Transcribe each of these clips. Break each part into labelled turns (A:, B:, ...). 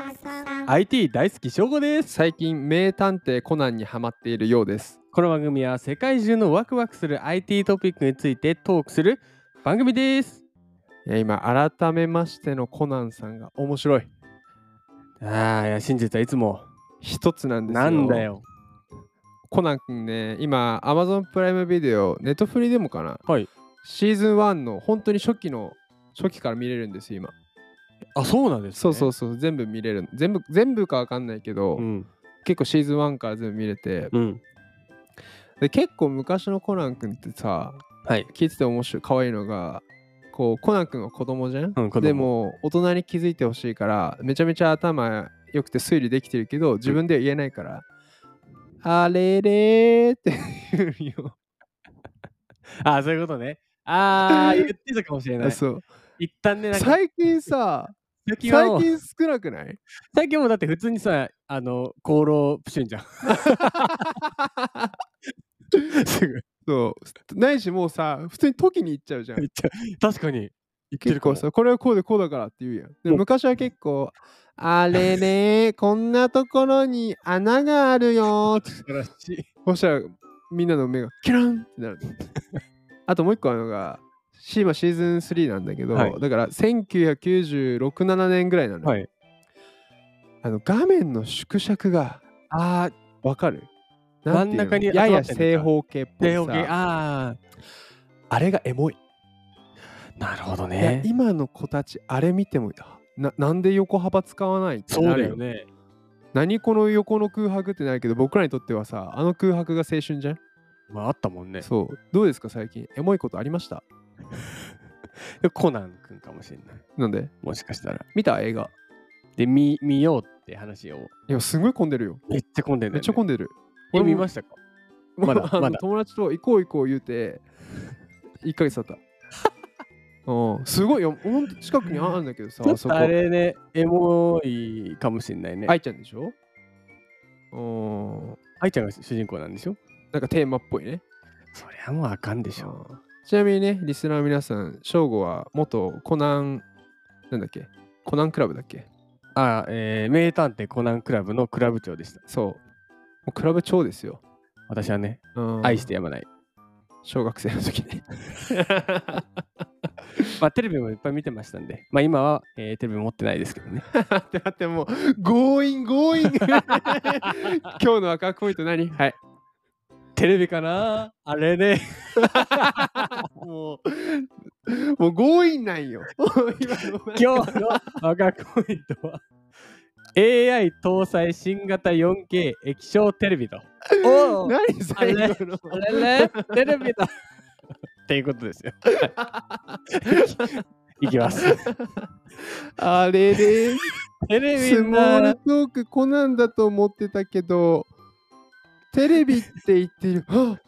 A: ん
B: IT 大好き翔吾です
C: 最近名探偵コナンにハマっているようです
B: この番組は世界中のワクワクする IT トピックについてトークする番組です
C: いや今改めましてのコナンさんが面白い
B: ああいや真実はいつも
C: 一つなんですよ
B: なんだよ
C: コナンくんね今 Amazon プライムビデオネットフリでもかな
B: はい
C: シーズン1の本当に初期の初期から見れるんですよ今
B: あそうなんです、ね、
C: そうそうそう全部見れる全部全部かわかんないけど、
B: うん
C: 結構シーズン1から全部見れて
B: うん
C: で結構昔のコナンくんってさ
B: はい
C: 聞いてて面白い可愛いのがこうコナン君は子供じゃん、
B: うん子供
C: でも大人に気づいてほしいからめちゃめちゃ頭良くて推理できてるけど自分では言えないから「あれれ」って言うよ、
B: ああそういうことねああ言ってたかもしれない
C: そう
B: 一旦ねなんか
C: 最近さ
B: 最
C: 最
B: 近はもう
C: 近少なくない
B: 最近もだって普通にさあの功労プシ ュンじゃんすぐ
C: そうないしもうさ普通に時に行っちゃうじゃん
B: 言っちゃう確かに言って
C: 結
B: るかも
C: 構さこれはこうでこうだからって言うやんで
B: うん
C: 昔は結構「あれれこんなところに穴があるよ」って
B: 素晴らしい
C: そしたらみんなの目がキランってなる。あともう一個あるのが、シーマシーズン3なんだけど、
B: はい
C: だから1996、7年ぐらいなのよ、
B: はい
C: あの画面の縮尺が
B: ああ
C: わかる
B: 真ん
C: なて
B: 中
C: いう
B: に
C: のやや
B: 集まってんの
C: 正
B: か
C: 方形っぽい
B: で
C: さ
B: OK あ
C: あれがエモい,、
B: あなるほど
C: いや
B: ね
C: 今の子たちあれ見てもななんで横幅使わないって
B: そう
C: な
B: だ
C: る
B: よね
C: 何この横の空白ってなるけど僕らにとってはさあの空白が青春じゃん、
B: まああったもんね
C: そうどうですか最近エモいことありました
B: コナン君かもしれない
C: なんで
B: もしかしたら
C: 見た映画
B: で見見ようって話を
C: いや、すごい混んでるよ。
B: めっちゃ混んでる
C: めっちゃ混んでる。
B: で
C: 俺も
B: 見ましたかまだ
C: あの
B: まだ
C: 友達と行こう行こう言うて、1ヶ月経っ た。うん、すごいよ。ほんと近くにあるんだけどさ、
B: ちょ
C: あ
B: っ
C: そ
B: と
C: こ。
B: あれねエモいかもしれないね
C: 愛ちゃんでしょうん。
B: 愛ちゃんが主人公なんでしょ
C: なんかテーマっぽいね。
B: そりゃもうあかんでしょ
C: うんちなみにね、リスナーの皆さん、翔吾は元コナン、なんだっけコナンクラブだっけ
B: ああ、えー、名探偵コナンクラブのクラブ長でした。
C: そう。もうクラブ長ですよ。
B: 私はね、
C: うん、
B: 愛してやまない。
C: 小学生の時ね。
B: まあ、テレビもいっぱい見てましたんで、まあ今は、えーテレビ持ってないですけどね。
C: 待って待ってもう強引強引 今日の赤ポイント何はい
B: テレビかなあれね。
C: もうもう強引なんよ 今の
B: 今日の赤コイントは、AI 搭載新型 4K 液晶テレビと。おおあ
C: 何最 後の
B: れねテレビだっていうことですよ。いきます。
C: あれで
B: テレ
C: ス
B: ビ
C: モール
B: だ
C: トークコナンだと思ってたけどテレビって言ってる はっ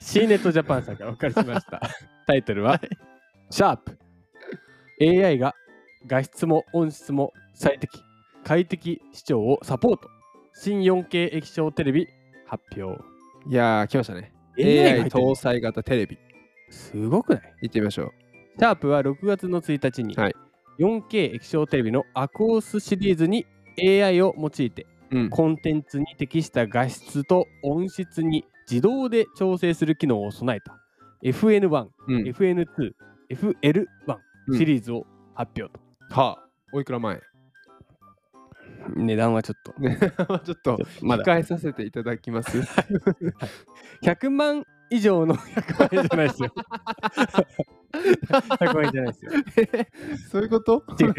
B: C ネットジャパンさんからお借りしました。タイトルは、シャープ AI が画質も音質も最適、快適視聴をサポート。新 4K 液晶テレビ発表。
C: いやー来ましたね
B: AI
C: AI
B: 搭
C: 搭載型テレビ
B: すごくない
C: いってみましょう
B: シャープは6月の1日に、
C: はい
B: 4K 液晶テレビのアコースシリーズに AI を用いて
C: うん
B: コンテンツに適した画質と音質に自動で調整する機能を備えた FN1、
C: うん
B: FN2、FL1
C: うん
B: シリーズを発表と。
C: はあおいくら前
B: 値段はちょっと。
C: ちょっと
B: まだ
C: 控えさせていただきます
B: 100万以上の100万円じゃ ない ですよ。100万円じゃないですよ。
C: そういうこと
B: 違う違う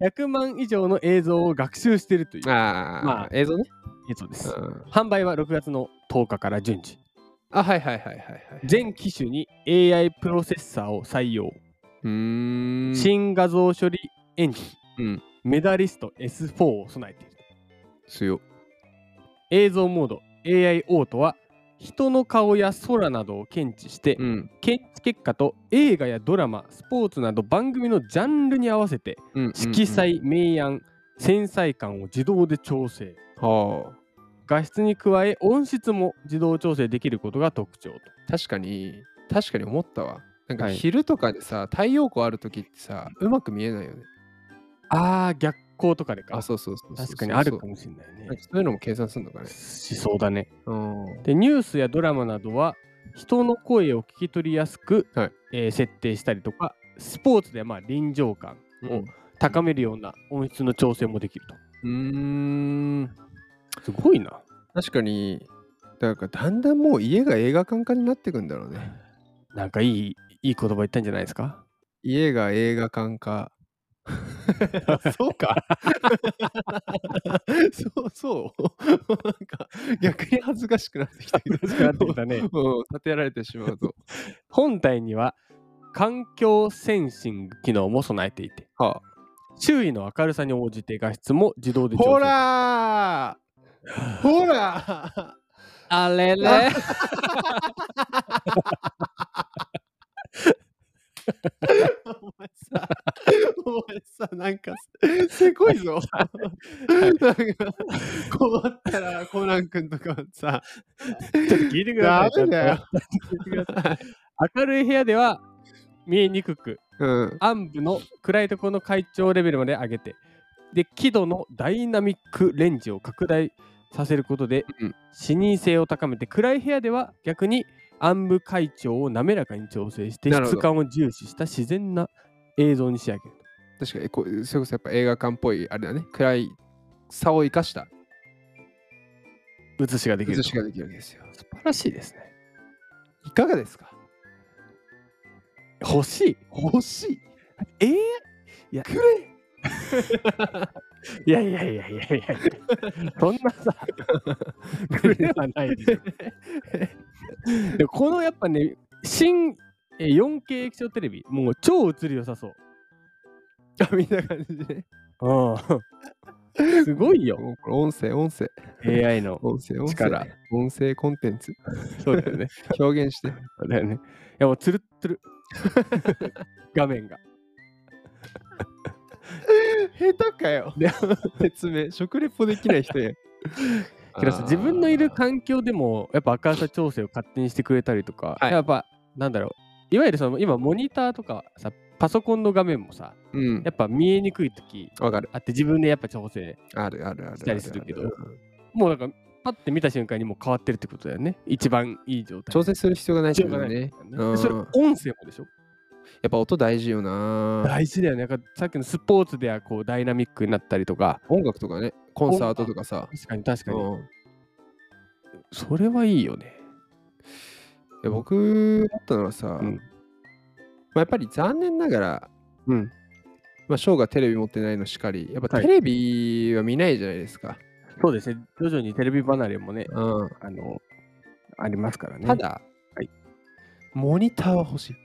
B: 100万以上の映像を学習しているという
C: ああ、
B: まあ
C: 映像ね、
B: 映像です。
C: うん
B: 販売は6月の10日から順次。
C: あ、はいはいはいはいはい。
B: 全機種に AI プロセッサーを採用。
C: うーん。
B: 新画像処理エンジン、
C: うん
B: メダリスト S4 を備えている
C: 強。
B: 映像モード AI オートは人の顔や空などを検知して、
C: うん。
B: 検知結果と映画やドラマスポーツなど番組のジャンルに合わせて
C: うん、
B: 色彩、明暗繊細感を自動で調整
C: うん。は
B: 画質に加え音質も自動調整できることが特徴と
C: あ。確かに、確かに思ったわ。なんか
B: はい
C: 昼とかでさ、太陽光ある時ってさ、うまく見えないよね。
B: あー逆校とかでか
C: あ、そうそうそうそうそう。
B: 確かにあるかもしれないね
C: なんかそういうのも計算するのかね。
B: しそうだね
C: うん。
B: でニュースやドラマなどは人の声を聞き取りやすく、
C: はい
B: えー設定したりとかスポーツではまあ臨場感を高めるような音質の調整もできると
C: うん。うーん
B: すごいな
C: 確かに、だからだんだんもう家が映画館化になってくんだろうね。
B: なんかいいいい言葉言ったんじゃないです か
C: 家が映画館化。
B: そうか
C: そうそう。なんか逆に恥ずかしくなってきたけど。
B: 難しくなってきたね
C: うん、立てられてしま うと。
B: 本体には環境センシング機能も備えていて
C: は
B: 周囲の明るさに応じて画質も自動で
C: あ、
B: 調整
C: ほら ーほらー
B: あれ れ
C: お前さ、お前さ、なんか、せこいぞ。 なんか、困ったら、コナン君とかさ、
B: ちょっと聞いてください
C: ダメだよ
B: ちょっと聞いてください明るい部屋では見えにくく
C: うん、
B: 暗部の暗いところの快調レベルまで上げてで輝度のダイナミックレンジを拡大させることで、
C: うん
B: 視認性を高めて暗い部屋では逆に暗部快調を滑らかに調整して
C: なるほど
B: 質感を重視した自然な映像に仕上げる
C: 確かにこう、それこそやっぱ映画館っぽい、あれだね、暗い差を生かした
B: 写しができる
C: 映
B: と
C: しができるわけですよ。
B: 素晴らしいですね
C: いかがですか
B: 欲しい
C: 欲しい
B: えー、
C: くれ
B: いやいやいやいやいやそんなさ、くれは ないでしょでこのやっぱね、新えー 4K 液晶テレビ、もう超映り良さそう。
C: あ、みんな感じで。
B: うん、すごいよ、
C: もうこれ音声、音声、
B: AI の。
C: 音声、音声
B: 力。
C: 音声コンテンツ。
B: そうだよね。
C: 表現して。
B: そうだよね。いやもうつるっつ る。画面が。
C: 下手かよ。説明、食レポできない 人や。
B: けどさ自分のいる環境でも、やっぱ明るさ調整を勝手にしてくれたりとか、
C: はい
B: やっぱ、なんだろう、いわゆるその今、モニターとかさ、パソコンの画面もさ、
C: うん
B: やっぱ見えにくいとき
C: わかる。
B: あって自分でやっぱ調整
C: あるあるあるある。
B: したりするけど
C: うん
B: もうなんかパッて見た瞬間にもう変わってるってことだよね一番いい状態
C: 調整する必要がないってことだ
B: 必要が
C: ね。
B: ね
C: うん
B: でそれ音声もでしょ
C: やっぱ音大事よな。
B: 大事だよねなんかさっきのスポーツではこうダイナミックになったりとか
C: 音楽とかね、コンサートとかさ。
B: 確かに確かに
C: うん
B: それはいいよね
C: いや僕だったのはさ、
B: うん
C: まあやっぱり残念ながら、
B: うん
C: まあ、ショーがテレビ持ってないのしかり、やっぱ
B: はい
C: テレビは見ないじゃないですか。
B: そうですね徐々にテレビ離れもね
C: うん
B: あのありますからね
C: ただ、
B: はい
C: モニターは欲しい。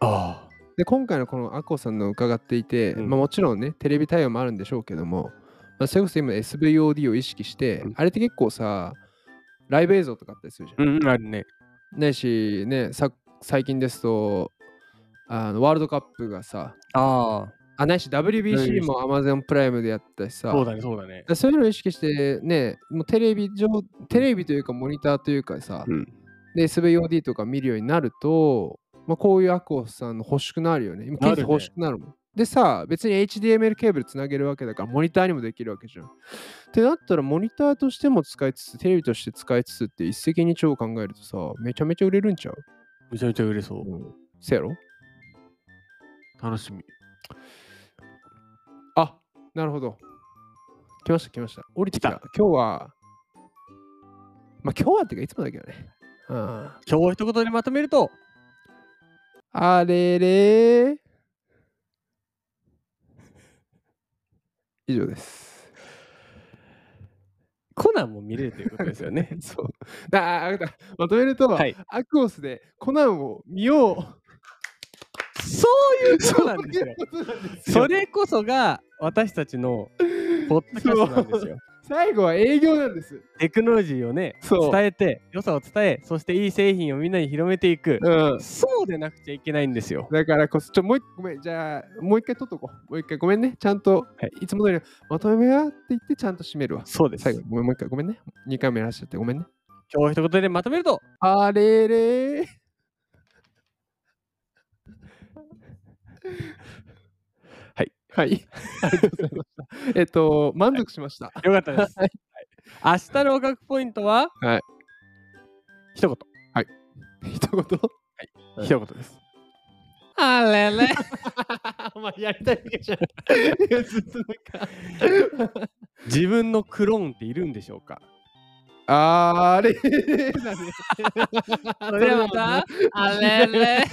B: ああ
C: で今回のこのアコさんの伺っていて、
B: うん
C: まあ、もちろんねテレビ対応もあるんでしょうけども、まあ、それこそ今 SVOD を意識して、
B: うん
C: あれって結構さライブ映像とかあったりするじゃん。
B: うんあるね
C: ないしねさ最近ですとあのワールドカップがさ
B: ああ
C: あないし WBC も Amazon プライムでやったしさ
B: そうだねそうだね
C: でそういうのを意識してねもうテレビ上テレビというかモニターというかさ、
B: うん
C: で SVOD とか見るようになると、まあ、こういうアクオスさんの欲しくなるよね。今
B: なるね
C: ケース欲しくなるもん。でさ、別に HDML ケーブルつなげるわけだから、モニターにもできるわけじゃん。ってなったら、モニターとしても使いつつ、テレビとして使いつつって一石二鳥考えるとさ、めちゃめちゃ売れるんちゃう、
B: めちゃめちゃ売れそう
C: せやろ
B: 楽しみ
C: あ、なるほど。来ました、来ました。降りてきた。
B: 来
C: 今日は、まあ今日はっていうか、いつもだけどね。うん
B: 今日を一言でまとめると
C: あれれー以上です。
B: コナンも見れるということですよ ね
C: そう。ああ、わかった。まとめると、
B: はい
C: アクオスでコナンを見よう。
B: そういうことなんですよ
C: そういうことなんですよ
B: それこそが私たちのポッドキャストなん ですよ。
C: 最後は営業なんです。
B: テクノロジーをね、
C: そう
B: 伝えて、良さを伝え、そしていい製品をみんなに広めていく。
C: うん。
B: そうでなくちゃいけないんですよ。
C: だからこそ、ちょ、もう一ごめん、じゃあ、もう一回取っとこう。もう一回、ごめんね。ちゃんと、、
B: はい
C: つも通りのまとめやって言って、ちゃんと締めるわ。
B: そうです。
C: 最後、ごめんもう一回、ごめんね。二回目やらしちゃって、ごめんね。
B: 今日一言でまとめると、
C: あれれー
B: はい。
C: はい。ありがとうございました。えっと、満足しました。
B: よかったです。はい明日のおかくポイントは、
C: はい、
B: 一言、
C: 一言。はい
B: 一言です。
C: あれれ。 お前やりたいわ けじゃん。いやずっとなんか。
B: 自分のクローンっているんでしょうか
C: あれれだね。
B: それはまた、あれれ